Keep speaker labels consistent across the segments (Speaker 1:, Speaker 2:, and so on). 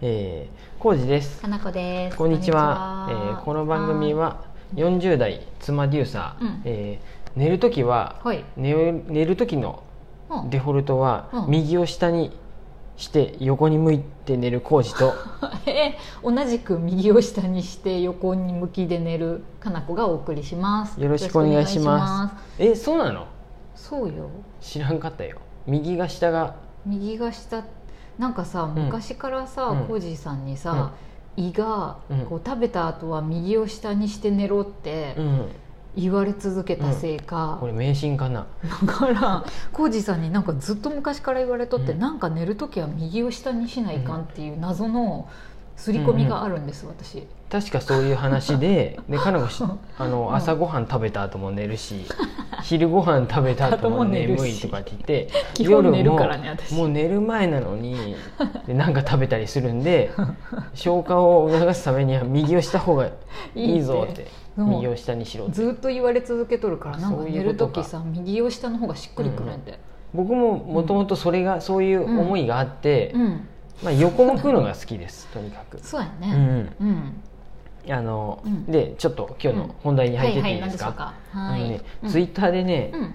Speaker 1: えー、浩二です
Speaker 2: かなこです
Speaker 1: こんにちはえーこの番組
Speaker 2: は
Speaker 1: は40代妻デューサー、
Speaker 2: うん
Speaker 1: えー寝る時は、
Speaker 2: ーはい
Speaker 1: 寝る寝る時の
Speaker 2: もう
Speaker 1: デフォルトは、
Speaker 2: うん
Speaker 1: 右を下にして横に向いて寝る浩二 と
Speaker 2: えー同じく右を下にして横に向きで寝るかなこがお送りします
Speaker 1: よろしくお願いし
Speaker 2: よろ
Speaker 1: ま
Speaker 2: しくお願いし
Speaker 1: すえそうなの
Speaker 2: ますそうよ
Speaker 1: 知らんかったよ右が下が
Speaker 2: 右が下なんかさ
Speaker 1: ん
Speaker 2: 昔からさ、
Speaker 1: うん
Speaker 2: コージーさんにさ、胃がこう食べた後は右を下にして寝ろって
Speaker 1: うん
Speaker 2: 言われ続けたせいか、
Speaker 1: これ迷信かな
Speaker 2: だから浩二さんになんかずっと昔から言われとって、
Speaker 1: うん
Speaker 2: なんか寝る時は右を下にしないかんっていう謎の刷り込みがあるんです、私
Speaker 1: 確かそういう話 ででかなこし
Speaker 2: うん
Speaker 1: あの、
Speaker 2: うん
Speaker 1: 朝ごはん食べた後も寝るし昼ごはん食べた後 も眠いとかって言って
Speaker 2: 基本寝るからね私
Speaker 1: ももう寝る前なのにでなんか食べたりするん で消化を促すためには右をした方がいいぞって
Speaker 2: うん
Speaker 1: 右を下にしろって
Speaker 2: ずっと言われ続けとるからなんか
Speaker 1: そうい
Speaker 2: 寝
Speaker 1: うこ
Speaker 2: る
Speaker 1: とか
Speaker 2: 時さ右を下の方がしっくりくるんで、
Speaker 1: 僕ももともとそれが、そういう思いがあって、
Speaker 2: うん
Speaker 1: まあ、横向くのが好きですとにかく。
Speaker 2: そうや
Speaker 1: う
Speaker 2: ね
Speaker 1: ん
Speaker 2: うん、
Speaker 1: あの
Speaker 2: うん
Speaker 1: でちょっと今日の本題に
Speaker 2: は
Speaker 1: 入っ
Speaker 2: い
Speaker 1: てっ
Speaker 2: は
Speaker 1: てい
Speaker 2: い
Speaker 1: いで
Speaker 2: 何
Speaker 1: す
Speaker 2: でしょう
Speaker 1: か
Speaker 2: か
Speaker 1: あ
Speaker 2: は
Speaker 1: の
Speaker 2: い
Speaker 1: ねツイッターでね、
Speaker 2: うんうん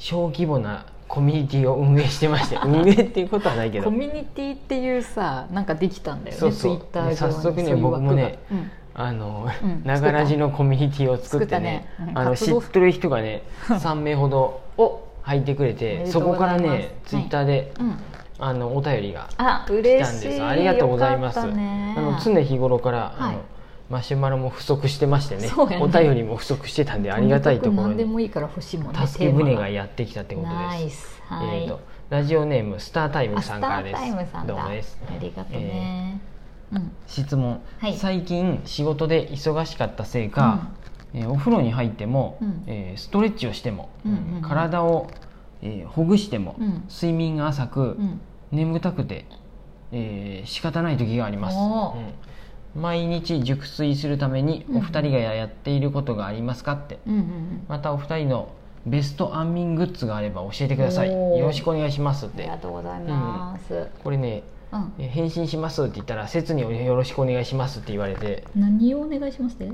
Speaker 1: 小規模なコミュニティを運営してま して運営っていうことはないけ
Speaker 2: コ
Speaker 1: ど
Speaker 2: ミュニティっていうさなんかできたんだよね
Speaker 1: そうそう
Speaker 2: ツイッター上に
Speaker 1: 早速ね
Speaker 2: そういう枠が
Speaker 1: 僕もね
Speaker 2: うん
Speaker 1: あの
Speaker 2: うん
Speaker 1: ながらじのコミュニティを作ってね
Speaker 2: 作ったねうん
Speaker 1: あの
Speaker 2: 活
Speaker 1: 知
Speaker 2: 動
Speaker 1: っとる人がね3名ほど
Speaker 2: お
Speaker 1: 入ってくれ
Speaker 2: おめ
Speaker 1: て
Speaker 2: でと
Speaker 1: そう
Speaker 2: ご
Speaker 1: こか
Speaker 2: ざいま
Speaker 1: ら
Speaker 2: す
Speaker 1: ねツイッターで
Speaker 2: うん
Speaker 1: あのお便りが
Speaker 2: あ
Speaker 1: 来
Speaker 2: 嬉
Speaker 1: たん
Speaker 2: し
Speaker 1: です
Speaker 2: い
Speaker 1: ありがとうございます
Speaker 2: よ
Speaker 1: あ
Speaker 2: かったね
Speaker 1: の常日頃からあ
Speaker 2: はい
Speaker 1: のマシュマロも不足してましてね
Speaker 2: そうやね
Speaker 1: お便りも不足してたんでありがたいところ
Speaker 2: にかく何でも
Speaker 1: に
Speaker 2: いいから欲しいもんね
Speaker 1: 助け舟が
Speaker 2: い
Speaker 1: やってきたってこと
Speaker 2: ナ
Speaker 1: で
Speaker 2: イ
Speaker 1: す
Speaker 2: ス
Speaker 1: え
Speaker 2: はい、
Speaker 1: ーとラジオネームスタータイム
Speaker 2: あス
Speaker 1: さ
Speaker 2: タ
Speaker 1: んから
Speaker 2: ー
Speaker 1: です
Speaker 2: タイムさんだ
Speaker 1: どうもです
Speaker 2: ありがとうね、うん
Speaker 1: 質問、
Speaker 2: はい
Speaker 1: 最近仕事で忙しかったせいか、えーお風呂に入っても、
Speaker 2: うん
Speaker 1: えーストレッチをしても、
Speaker 2: うんうんうん
Speaker 1: 体を、えーほぐしても、
Speaker 2: うん
Speaker 1: 睡眠が浅く、
Speaker 2: うん
Speaker 1: 眠たくて、えー仕方ない時があります、
Speaker 2: おー
Speaker 1: うん毎日熟睡するために
Speaker 2: うん
Speaker 1: お二人がやっていることがありますかって、
Speaker 2: うんうん
Speaker 1: またお二人のベスト安眠グッズがあれば教えてください
Speaker 2: おー
Speaker 1: よろしくお願いしますっ
Speaker 2: うんあり
Speaker 1: て
Speaker 2: がとうございます、うん
Speaker 1: これねえー返信しますって言ったら「切によろしくお願いします」って言われて
Speaker 2: 何をお願いしますって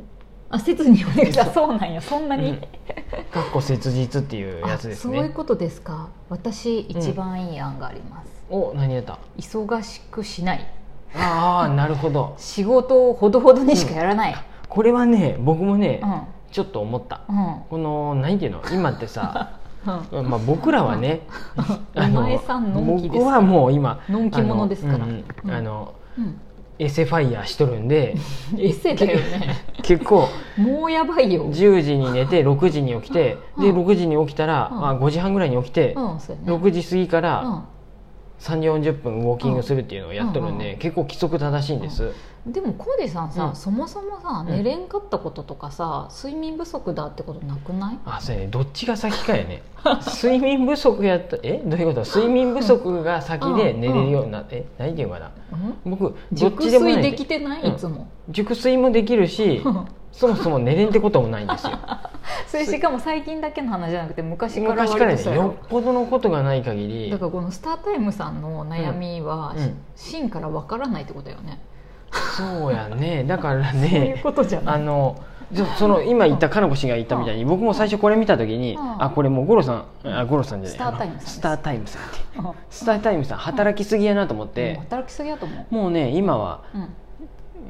Speaker 2: あ切にお願いしますそうなんやそんなに、
Speaker 1: うん「かっこ切実」っていうや
Speaker 2: あ
Speaker 1: つです
Speaker 2: そういう
Speaker 1: ね
Speaker 2: ことですか私一番いい案があります、
Speaker 1: お何やった
Speaker 2: 忙しくしない
Speaker 1: ああなるほど
Speaker 2: 仕事をほどほどにしかやらない、
Speaker 1: これはね僕もね、
Speaker 2: うんうん
Speaker 1: ちょっと思った
Speaker 2: うん
Speaker 1: この何ていうの今って さまあ僕らはねあ
Speaker 2: お前さんのんきです
Speaker 1: 僕はもう今
Speaker 2: のんき者ですから
Speaker 1: あの,うんうん、
Speaker 2: うん
Speaker 1: あの
Speaker 2: うん
Speaker 1: エセファイヤーしとるんで
Speaker 2: エセだよね
Speaker 1: 結構
Speaker 2: もうやばいよ
Speaker 1: 10時に寝て6時に起きてで
Speaker 2: うん
Speaker 1: 6時に起きたら、
Speaker 2: うん
Speaker 1: あ5時半ぐらいに起きて、
Speaker 2: うんそうやね
Speaker 1: 6時過ぎから、
Speaker 2: う
Speaker 1: 3 4 0分ウォーキングするっていうのをやっとるん
Speaker 2: うんうん
Speaker 1: で、
Speaker 2: うん
Speaker 1: 結構規則正しいんです、
Speaker 2: ん、でもコーディさんさ、
Speaker 1: うん
Speaker 2: そもそもさ
Speaker 1: ん
Speaker 2: 寝れんかったこととかさ、睡眠不足だってことなくない
Speaker 1: あそうやねどっちが先かやね睡眠不足やったえどういうこと睡眠不足が先で寝れるようになって、え何て言うかな僕どっ
Speaker 2: 熟
Speaker 1: ちでもない
Speaker 2: 睡
Speaker 1: ん
Speaker 2: で
Speaker 1: で
Speaker 2: きてない、
Speaker 1: うん
Speaker 2: いつも
Speaker 1: 熟睡もできるしそもそも寝れんってこともないんですよ
Speaker 2: それしかも最近だけの話じゃなくて昔から
Speaker 1: 昔から
Speaker 2: 割と
Speaker 1: ね
Speaker 2: そうやろ
Speaker 1: よっぽどのことがない限り
Speaker 2: だからこのスタータイムさんの悩みは、
Speaker 1: うんうん
Speaker 2: 芯からわからないってことだよね、
Speaker 1: そうやねだから
Speaker 2: そういう
Speaker 1: ね
Speaker 2: ことじゃ
Speaker 1: あ
Speaker 2: ない
Speaker 1: のじゃその今言ったかのこ氏が言ったみたいに僕も最初これ見た時に、
Speaker 2: うん
Speaker 1: あこれもう五郎さんあ五郎さんじゃない
Speaker 2: スタータイムさん
Speaker 1: あ
Speaker 2: で
Speaker 1: の
Speaker 2: す
Speaker 1: スタータイムさんってスタータイムさ
Speaker 2: うんも
Speaker 1: ん働きすぎやなと思っ
Speaker 2: う
Speaker 1: て、
Speaker 2: 働きすぎやと思う、
Speaker 1: もうね今は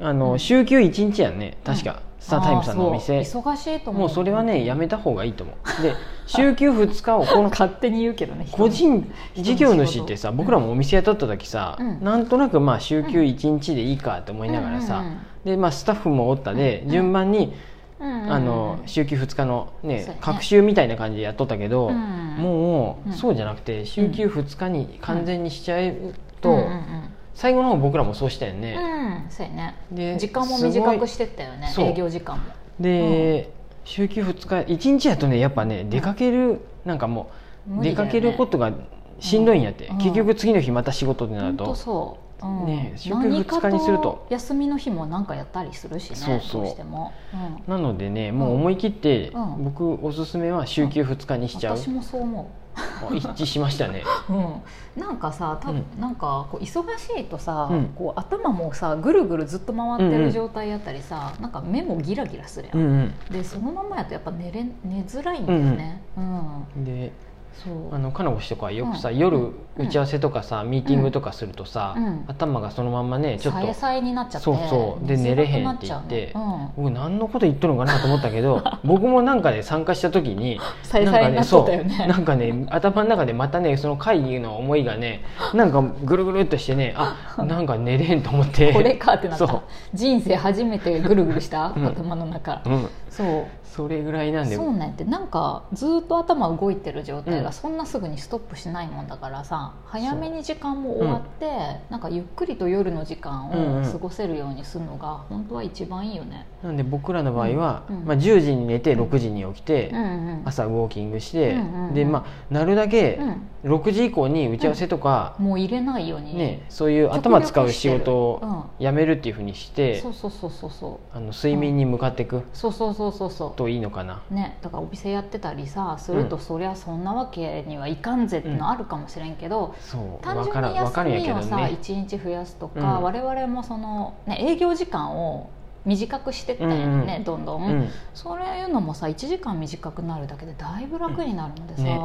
Speaker 2: うん
Speaker 1: あ
Speaker 2: う
Speaker 1: の
Speaker 2: ん
Speaker 1: 週休1日やんね確か、スタータイムさんのお
Speaker 2: あ
Speaker 1: 店
Speaker 2: ーそう忙しいと思う
Speaker 1: もうそれはねやめた方がいいと思うで週休2日をこの
Speaker 2: 勝手に言うけどね人
Speaker 1: 個
Speaker 2: の
Speaker 1: 人事業主ってさ
Speaker 2: うん
Speaker 1: 僕らもお店雇った時さ、
Speaker 2: うん
Speaker 1: なんとなくまあ週休1日でいいかと思いながらさ、でまあ、スタッフもおったで、
Speaker 2: うん
Speaker 1: 順番に、
Speaker 2: うんうんうん、
Speaker 1: あの週休2日の、
Speaker 2: そうや
Speaker 1: ね
Speaker 2: ね
Speaker 1: 隔週みたいな感じでやっとったけど、
Speaker 2: うん
Speaker 1: もう、
Speaker 2: うん
Speaker 1: そうじゃなくて週休2日に完全にしちゃうと、
Speaker 2: うんうんうん
Speaker 1: 最後の方僕らもそうしたよね、
Speaker 2: うん、そうやね
Speaker 1: で
Speaker 2: 時間も短く
Speaker 1: す
Speaker 2: してったよね
Speaker 1: すごい
Speaker 2: 営業時間も
Speaker 1: ごいで、週休2日1日やとねやっぱね出かける、なんかもう
Speaker 2: 無
Speaker 1: 出
Speaker 2: 理だよ
Speaker 1: か
Speaker 2: ね
Speaker 1: けることがしんどいんやって、
Speaker 2: うん
Speaker 1: 結局次の日また仕事ってな
Speaker 2: ほ
Speaker 1: る
Speaker 2: んと
Speaker 1: と
Speaker 2: そう、うん、
Speaker 1: ねえ週休
Speaker 2: 何
Speaker 1: 二
Speaker 2: か
Speaker 1: 日にすると
Speaker 2: 休みの日もなんかやったりするしね
Speaker 1: そうそう
Speaker 2: どうしても、うん
Speaker 1: なのでねもう思い切って、
Speaker 2: うん
Speaker 1: 僕おすすめは週休2日にしちゃう、
Speaker 2: 私もそう思う
Speaker 1: あ一致しました ね
Speaker 2: うん、なんかさ多分、
Speaker 1: う
Speaker 2: なんかこう忙しいとさ、
Speaker 1: うん
Speaker 2: こう頭もさぐるぐるずっと回ってる状態やったりさ、なんか目もギラギラするや、
Speaker 1: うんん
Speaker 2: でそのままやとやっぱ寝れん寝づらいんだよね、うん
Speaker 1: うんで
Speaker 2: そう
Speaker 1: あの彼女とかよくさ、
Speaker 2: うん
Speaker 1: 夜打ち合わせとかさ、ミーティングとかするとさ、
Speaker 2: うん
Speaker 1: 頭がそのまんまねちょっ
Speaker 2: さ
Speaker 1: と
Speaker 2: えさえになっちゃって
Speaker 1: そうそうで寝れへんって言って
Speaker 2: づらくなっちゃうの
Speaker 1: 僕何のこと言っとるのかなと思ったけ ど僕もなんかね参加した時に
Speaker 2: うん、さえさえになっちゃったよね
Speaker 1: なんかね頭の中でまたねその会議の思いがねなんかぐるぐるっとしてねあなんか寝れんと思って
Speaker 2: これかってなっ
Speaker 1: そう
Speaker 2: た人生初めてぐるぐるした、
Speaker 1: うん
Speaker 2: 頭の中
Speaker 1: うん、
Speaker 2: そう
Speaker 1: それぐらいなんで
Speaker 2: そうなんやってなんかずっと頭動いてる状態
Speaker 1: う
Speaker 2: が
Speaker 1: ん
Speaker 2: そんなすぐにストップしないもんだからさ、早めに時間も終わって、なんかゆっくりと夜の時間
Speaker 1: うんう
Speaker 2: を
Speaker 1: ん
Speaker 2: 過ごせるようにするのが本当は一番いいよね。
Speaker 1: なんで僕らの場合は、
Speaker 2: うんうん
Speaker 1: まあ、10時に寝て6時に起きて、
Speaker 2: うんうん
Speaker 1: 朝ウォーキングして、
Speaker 2: うんうんうん
Speaker 1: でまあなるだけ
Speaker 2: うん
Speaker 1: 6時以降に打ち合わせとか、
Speaker 2: もう入れないように、
Speaker 1: ねそういう頭使う仕事をやめるっていうふうにし
Speaker 2: うん
Speaker 1: て、
Speaker 2: そうそうそうそうそう
Speaker 1: あの睡眠に向かっていく
Speaker 2: そうそうそうそうそ
Speaker 1: といいのかな。
Speaker 2: うねだからお店やってたりさすると、
Speaker 1: うん
Speaker 2: そりゃそんなわけにはいかんぜってのあるかもしれんけど、
Speaker 1: そう
Speaker 2: 単
Speaker 1: わ
Speaker 2: 純
Speaker 1: からん
Speaker 2: に
Speaker 1: わかる
Speaker 2: 休
Speaker 1: んやけど
Speaker 2: みをさ
Speaker 1: ね。
Speaker 2: 一日増やすとか、
Speaker 1: うん
Speaker 2: 我々もその、ね、営業時間を短くしてったよね、
Speaker 1: うんうん
Speaker 2: どんどん、
Speaker 1: うん
Speaker 2: そういうのもさ1時間短くなるだけでだいぶ楽になるのでさ、
Speaker 1: ね
Speaker 2: うん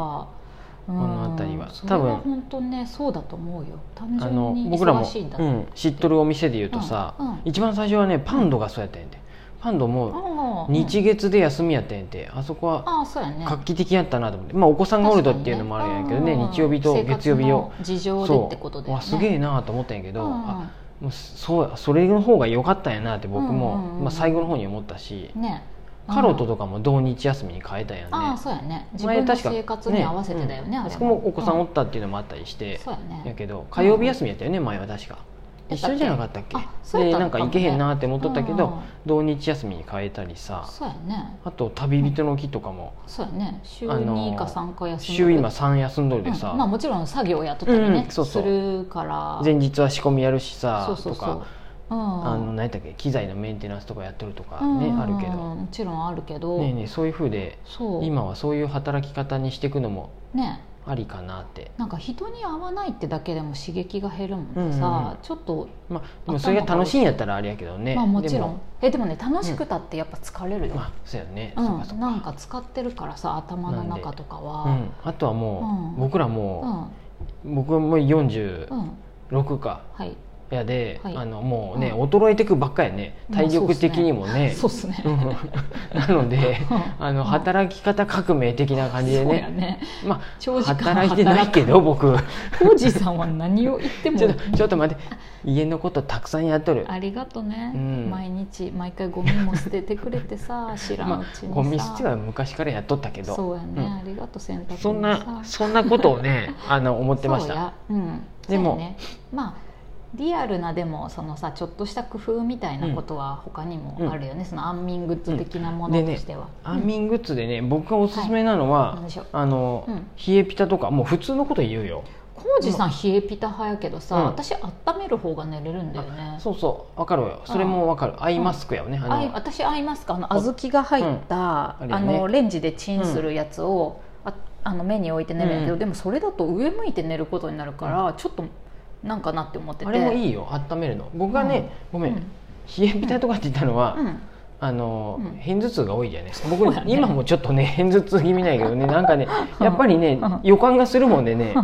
Speaker 1: この辺りは
Speaker 2: それ
Speaker 1: 多分
Speaker 2: は本当ねそうだと思うよ単
Speaker 1: あ
Speaker 2: 純
Speaker 1: の
Speaker 2: に
Speaker 1: 僕らも
Speaker 2: 忙しいんだ
Speaker 1: う
Speaker 2: うん
Speaker 1: ん知っとるお店で言うとさ、
Speaker 2: うんうん
Speaker 1: 一番最初はねパンドがそうやったんやてパンドも
Speaker 2: ああ
Speaker 1: 日月で休みやったんやてあそこは
Speaker 2: ああそうやね
Speaker 1: 画期的やったなと思って、まあ、お子さんがおるとっていうのもあるんやけどね
Speaker 2: 確かに
Speaker 1: 日曜日と
Speaker 2: 生活の
Speaker 1: 月曜日を
Speaker 2: 事情でってこと
Speaker 1: そう
Speaker 2: で、ね、
Speaker 1: わすげえなと思ったんやけど、
Speaker 2: うんうん
Speaker 1: あもうそうそれの方が良かったんやなって僕も、
Speaker 2: うんうんうん
Speaker 1: まあ、最後の方に思ったし、
Speaker 2: ね
Speaker 1: カロットとかも同日休みに変えたんやね
Speaker 2: ああそうやね自
Speaker 1: 前
Speaker 2: 分の
Speaker 1: 確か
Speaker 2: 生活に合わせてだよね
Speaker 1: ねうん
Speaker 2: あ
Speaker 1: あ
Speaker 2: れ
Speaker 1: そこもお子さんお
Speaker 2: う
Speaker 1: ったっていうのもあったりして、
Speaker 2: そうやね
Speaker 1: やけど火曜日休みやったよね、前は確か一
Speaker 2: やったっけ
Speaker 1: 緒じゃなかったっけ
Speaker 2: あそうやっ
Speaker 1: で
Speaker 2: た
Speaker 1: な
Speaker 2: の
Speaker 1: ん
Speaker 2: か
Speaker 1: か
Speaker 2: もね
Speaker 1: 行けへんなって思っとったけど、
Speaker 2: うんうん
Speaker 1: 同日休みに変えたりさ
Speaker 2: そうやね
Speaker 1: あと旅人の木とかも
Speaker 2: そうやね週
Speaker 1: あの
Speaker 2: 2か3か休み
Speaker 1: 週今3休んどるで
Speaker 2: うんまあ、
Speaker 1: さ、
Speaker 2: もちろん作業をやっとったりね、
Speaker 1: うんそうそう
Speaker 2: するから
Speaker 1: 前日は仕込みやるしさ
Speaker 2: そうそう
Speaker 1: と
Speaker 2: そう
Speaker 1: か、
Speaker 2: うん、
Speaker 1: あの何やったっけ機材のメンテナンスとかやっとるとか
Speaker 2: うん
Speaker 1: ね、あるけど、
Speaker 2: もちろんあるけど、
Speaker 1: ねえねえそういうふうで
Speaker 2: そう
Speaker 1: 今はそういう働き方にしていくのも
Speaker 2: ね
Speaker 1: ありかなって、
Speaker 2: なんか人に合わないってだけでも刺激が減るもんでさ、
Speaker 1: うんうんうん
Speaker 2: ちょっと、
Speaker 1: まあ、でもそれが楽しいんやったらあれやけどね、
Speaker 2: まあもちろ
Speaker 1: で
Speaker 2: んえでもね楽しくたってやっぱ疲れるよ、
Speaker 1: まあそうやね、
Speaker 2: うん
Speaker 1: そうかそうか
Speaker 2: なんか使ってるからさ頭の中とかは、
Speaker 1: うん、あとはもう、
Speaker 2: うん
Speaker 1: 僕ら
Speaker 2: う
Speaker 1: も
Speaker 2: ん
Speaker 1: う、僕はもう46
Speaker 2: うん
Speaker 1: か
Speaker 2: はい
Speaker 1: やで、
Speaker 2: はい
Speaker 1: あのもうね、
Speaker 2: う
Speaker 1: 衰えてくばっかやね
Speaker 2: まあ
Speaker 1: 体力的にもね,、
Speaker 2: そうっすね、
Speaker 1: うん なので
Speaker 2: うん
Speaker 1: あの
Speaker 2: うん
Speaker 1: 働き方革命的な感じで
Speaker 2: そうや
Speaker 1: ね、
Speaker 2: ね
Speaker 1: ま
Speaker 2: 長
Speaker 1: あ
Speaker 2: 時間
Speaker 1: 働いてないけ
Speaker 2: ど
Speaker 1: ど僕
Speaker 2: 浩二さんは何を言っても
Speaker 1: ちょっとちょっと待って家のことたくさんやっとる
Speaker 2: ありがとね、
Speaker 1: うん
Speaker 2: 毎日毎回ゴミも捨ててくれてさ知らん
Speaker 1: ま
Speaker 2: う
Speaker 1: あ
Speaker 2: ちにさ、
Speaker 1: ゴミ捨ては昔からやっとったけど
Speaker 2: そうやね、
Speaker 1: うん
Speaker 2: ありがと洗濯もさ
Speaker 1: そんなそんなことを ねあの思ってまし
Speaker 2: そう
Speaker 1: た
Speaker 2: や、うん、
Speaker 1: でも
Speaker 2: そうやね、まあリアルなでもそのさちょっとした工夫みたいなことは他にもあるよね、その安眠グッズ的なもの
Speaker 1: うんで
Speaker 2: と
Speaker 1: ね
Speaker 2: しては、
Speaker 1: 安眠グッズでね僕がおすすめなの
Speaker 2: はい
Speaker 1: は、
Speaker 2: 何でしょう
Speaker 1: あの、
Speaker 2: うん
Speaker 1: 冷えピタとかもう普通のこと言うよ
Speaker 2: 浩二さん冷えピタ派やけどさ、
Speaker 1: うん
Speaker 2: 私温める方が寝れるんだよね
Speaker 1: そうそうわかるわよそれもわかるアイマスクやよね、あ
Speaker 2: あい
Speaker 1: の
Speaker 2: 私合いますかあの小豆が入った、
Speaker 1: うんあれ
Speaker 2: あ
Speaker 1: ね
Speaker 2: のレンジでチンするやつを、ああの目に置いて寝るんだけど、
Speaker 1: うん
Speaker 2: でもそれだと上向いて寝ることになるから、ちょっとなんかなって思ってて
Speaker 1: あれも
Speaker 2: い、
Speaker 1: いいよ温めるの僕がね、ご
Speaker 2: う
Speaker 1: めん、
Speaker 2: ん
Speaker 1: 冷えピタとかって言ったのは、
Speaker 2: うん、
Speaker 1: あの、
Speaker 2: うん
Speaker 1: 片頭痛が多いじゃない僕、
Speaker 2: そうやね
Speaker 1: 今もちょっとね片頭痛気味ないけどねなんかね
Speaker 2: うん
Speaker 1: やっぱりね、
Speaker 2: うん
Speaker 1: 予感がするもんでね、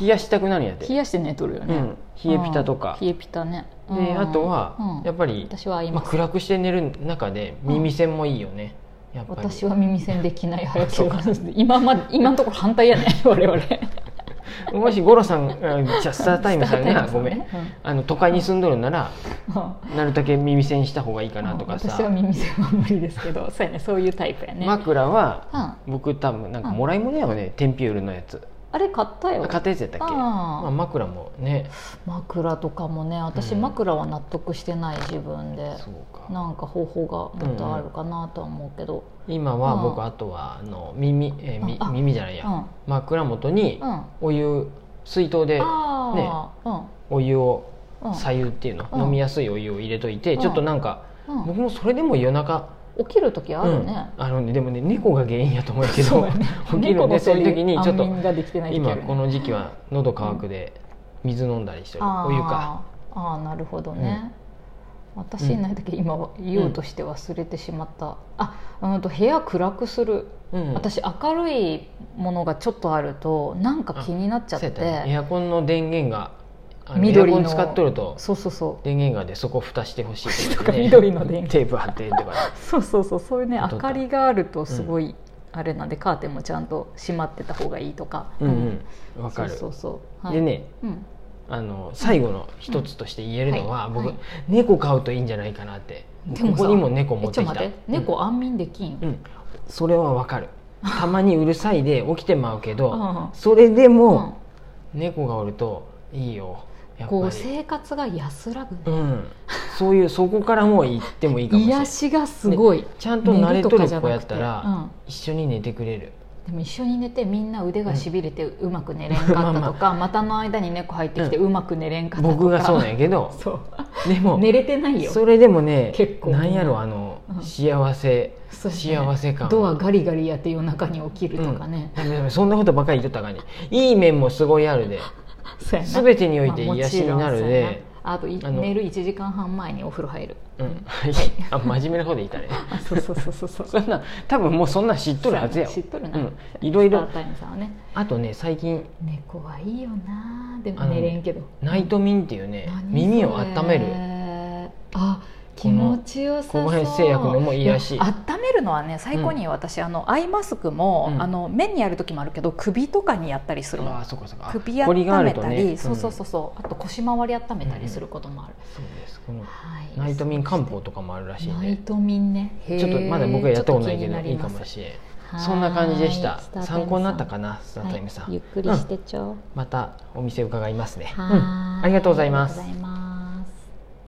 Speaker 1: 冷やしたくなるんやって
Speaker 2: 冷やして寝とるよ
Speaker 1: う
Speaker 2: ね、
Speaker 1: ん、冷えピタとか、
Speaker 2: 冷えピタね
Speaker 1: であとは、やっ
Speaker 2: ぱ
Speaker 1: ぱり、
Speaker 2: 私は合い
Speaker 1: ま
Speaker 2: ま
Speaker 1: あ、
Speaker 2: す、
Speaker 1: 暗くして寝る中で耳栓もいいよね、やっぱり
Speaker 2: 私は耳栓できない派やけど今ま今のところ反対や ね我々
Speaker 1: もし五郎さんうんじゃあスタータイムさんが、ごめんあの都会に住んどるなら
Speaker 2: か
Speaker 1: なるだけ耳栓した方がいいかなとか
Speaker 2: 私は
Speaker 1: さ
Speaker 2: 耳栓は無理ですけどそうやねそういうタイプやね、
Speaker 1: 枕は
Speaker 2: うん
Speaker 1: 僕多分なんかもらい物やよねテンピュールのやつ
Speaker 2: あれ買ったよ
Speaker 1: 買ったやつやったっけ
Speaker 2: あー
Speaker 1: まあ、枕もね
Speaker 2: 枕とかもね私
Speaker 1: うん
Speaker 2: 枕は納得してない自分で、
Speaker 1: そうか
Speaker 2: なんか方法がもっとあるかなとは思うけど、
Speaker 1: 今は
Speaker 2: う
Speaker 1: 僕
Speaker 2: ん
Speaker 1: あとはあの耳、えーみ
Speaker 2: ああ
Speaker 1: 耳じゃない
Speaker 2: うん
Speaker 1: や枕元に
Speaker 2: うん
Speaker 1: お湯水筒で
Speaker 2: ああ、
Speaker 1: お湯を
Speaker 2: うんうん
Speaker 1: 左右っていうの、
Speaker 2: うん
Speaker 1: 飲みやすいお湯を入れといて、
Speaker 2: うん
Speaker 1: ちょっとなんか
Speaker 2: うん
Speaker 1: 僕もそれでも夜中
Speaker 2: 起きる時あるね、
Speaker 1: うん、あのねでもね猫が原因やと思うけど、
Speaker 2: やね
Speaker 1: 起きる
Speaker 2: 猫
Speaker 1: ね
Speaker 2: の
Speaker 1: そういう
Speaker 2: せい
Speaker 1: 時
Speaker 2: で
Speaker 1: にちょっと
Speaker 2: 安眠ができてない時あ
Speaker 1: 今
Speaker 2: るね
Speaker 1: この時期は喉乾くで水飲んだりしてる、
Speaker 2: あー
Speaker 1: お湯か
Speaker 2: あーなるほどね、私いない時今は言おうとして忘れてしまった、あうんと部屋暗くする、
Speaker 1: うん
Speaker 2: 私明るいものがちょっとあるとなんか気になっちゃっ
Speaker 1: そうやったねエ
Speaker 2: て
Speaker 1: アコンの電源があの
Speaker 2: 緑の
Speaker 1: エアコン使っとると
Speaker 2: そうそうそう
Speaker 1: 電源がでそこ蓋してほしいと
Speaker 2: とか 緑の電 源
Speaker 1: テープ貼ってと か
Speaker 2: そうそうそうそういうね
Speaker 1: どうだった
Speaker 2: 明かりがあるとすごいあれなんで、カーテンもちゃんと閉まってた方がいいとか、
Speaker 1: ねうんうんわかる
Speaker 2: そうそうそう、
Speaker 1: で、ね
Speaker 2: うん、
Speaker 1: あの最後の一つとして言えるのは、
Speaker 2: うんはい
Speaker 1: 僕、
Speaker 2: はい
Speaker 1: 猫飼うといいんじゃないかなって
Speaker 2: で
Speaker 1: こ
Speaker 2: もさ
Speaker 1: こにも猫持
Speaker 2: え
Speaker 1: っ
Speaker 2: ちょ
Speaker 1: て
Speaker 2: っと
Speaker 1: きた
Speaker 2: 待って猫安眠できん、
Speaker 1: うん、うんそれはわかるたまにうるさいで起きてまうけど、
Speaker 2: うん
Speaker 1: それで
Speaker 2: うん
Speaker 1: も、猫がおるといいよやっ
Speaker 2: こ
Speaker 1: ぱ
Speaker 2: う
Speaker 1: り
Speaker 2: 生活が安らぐね、
Speaker 1: うんそういうそこからもう行ってもいいかもしれな
Speaker 2: 癒
Speaker 1: い
Speaker 2: しがすごい、
Speaker 1: ちゃんと慣れとる
Speaker 2: 寝とかじゃ
Speaker 1: 子
Speaker 2: な
Speaker 1: や
Speaker 2: く
Speaker 1: ってたら、
Speaker 2: うん
Speaker 1: 一緒に寝てくれる
Speaker 2: でも一緒に寝てみんな腕がしびれてうまく寝れんかったとか、股の間に猫入ってきてうまく寝れんかったとか、
Speaker 1: 僕がそうなんやけ ど
Speaker 2: そう
Speaker 1: でも
Speaker 2: 寝れてないよ
Speaker 1: それでもね
Speaker 2: 結構
Speaker 1: なんやろあの、
Speaker 2: うん
Speaker 1: 幸せ
Speaker 2: そうですね
Speaker 1: 幸せ感
Speaker 2: ドアガリガリやって夜中に起きるとかね、
Speaker 1: うんダメダメそんなことばかり言っとったらあかんにいい面もすごいあるで
Speaker 2: そうやな
Speaker 1: 全てにおいて
Speaker 2: まあ
Speaker 1: 癒しになる
Speaker 2: もちろんそうや
Speaker 1: で、
Speaker 2: なあとい
Speaker 1: あの
Speaker 2: 寝る1時間半前にお風呂入る
Speaker 1: うん、あ真面目な方でいたね
Speaker 2: あそうそうそうそうそう
Speaker 1: そんな多分もうそんなん知っとるはずやわ
Speaker 2: 知っとるな、
Speaker 1: うんいろい
Speaker 2: ス
Speaker 1: ろ
Speaker 2: タータイムさんはね
Speaker 1: あとね最近
Speaker 2: 猫はいいよなでも
Speaker 1: あの
Speaker 2: 寝れんけど
Speaker 1: ナイトミンっていうね耳を温める
Speaker 2: るあ気
Speaker 1: この
Speaker 2: 持ちよさそう
Speaker 1: この辺製薬のもいいらしい
Speaker 2: や温めるのはね最高にいいよ私あのアイマスクも、
Speaker 1: うん
Speaker 2: あの目にやる時もあるけど首とかにやったりする
Speaker 1: あ
Speaker 2: の
Speaker 1: あそうかそうかあ
Speaker 2: 首
Speaker 1: こりがある
Speaker 2: 温め
Speaker 1: と
Speaker 2: た
Speaker 1: ね
Speaker 2: り、
Speaker 1: ん
Speaker 2: そうそうそうそうあと腰回り温めたりすることもある、
Speaker 1: そうですこの
Speaker 2: はい
Speaker 1: ナイトミン漢方とかもあるらしい
Speaker 2: ナ
Speaker 1: ね
Speaker 2: イトミンねへー
Speaker 1: ちょっとまだ僕はやったことないけ
Speaker 2: ちょ
Speaker 1: ど
Speaker 2: っと気
Speaker 1: いい
Speaker 2: に
Speaker 1: か
Speaker 2: なり
Speaker 1: も
Speaker 2: ます
Speaker 1: しれん
Speaker 2: はい
Speaker 1: そんな感じでし
Speaker 2: ス
Speaker 1: た
Speaker 2: タータイムさん
Speaker 1: 参考になったかなスタータイムさん
Speaker 2: はいゆっくりしてちょう、
Speaker 1: またお店伺いますね、うん
Speaker 2: はーい
Speaker 1: ありがとうございます
Speaker 2: ありがとうございます